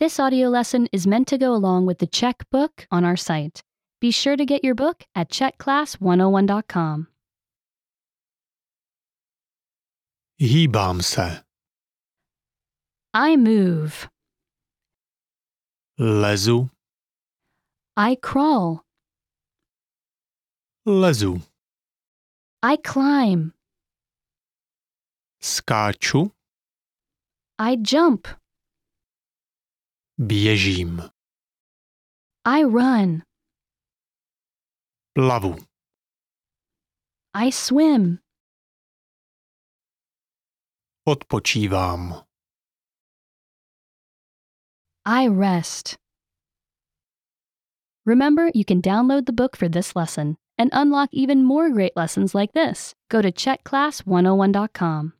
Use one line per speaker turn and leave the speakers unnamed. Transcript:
This audio lesson is meant to go along with the Czech book on our site. Be sure to get your book at czechclass101.com.
Hýbám se,
I move.
lezu,
I crawl.
lezu,
I climb.
skáču,
I jump.
běžím,
I run.
plavu,
I swim.
odpočívám,
I rest. Remember, you can download the book for this oh lesson and unlock even more great lessons like this. Go to checkclass101.com.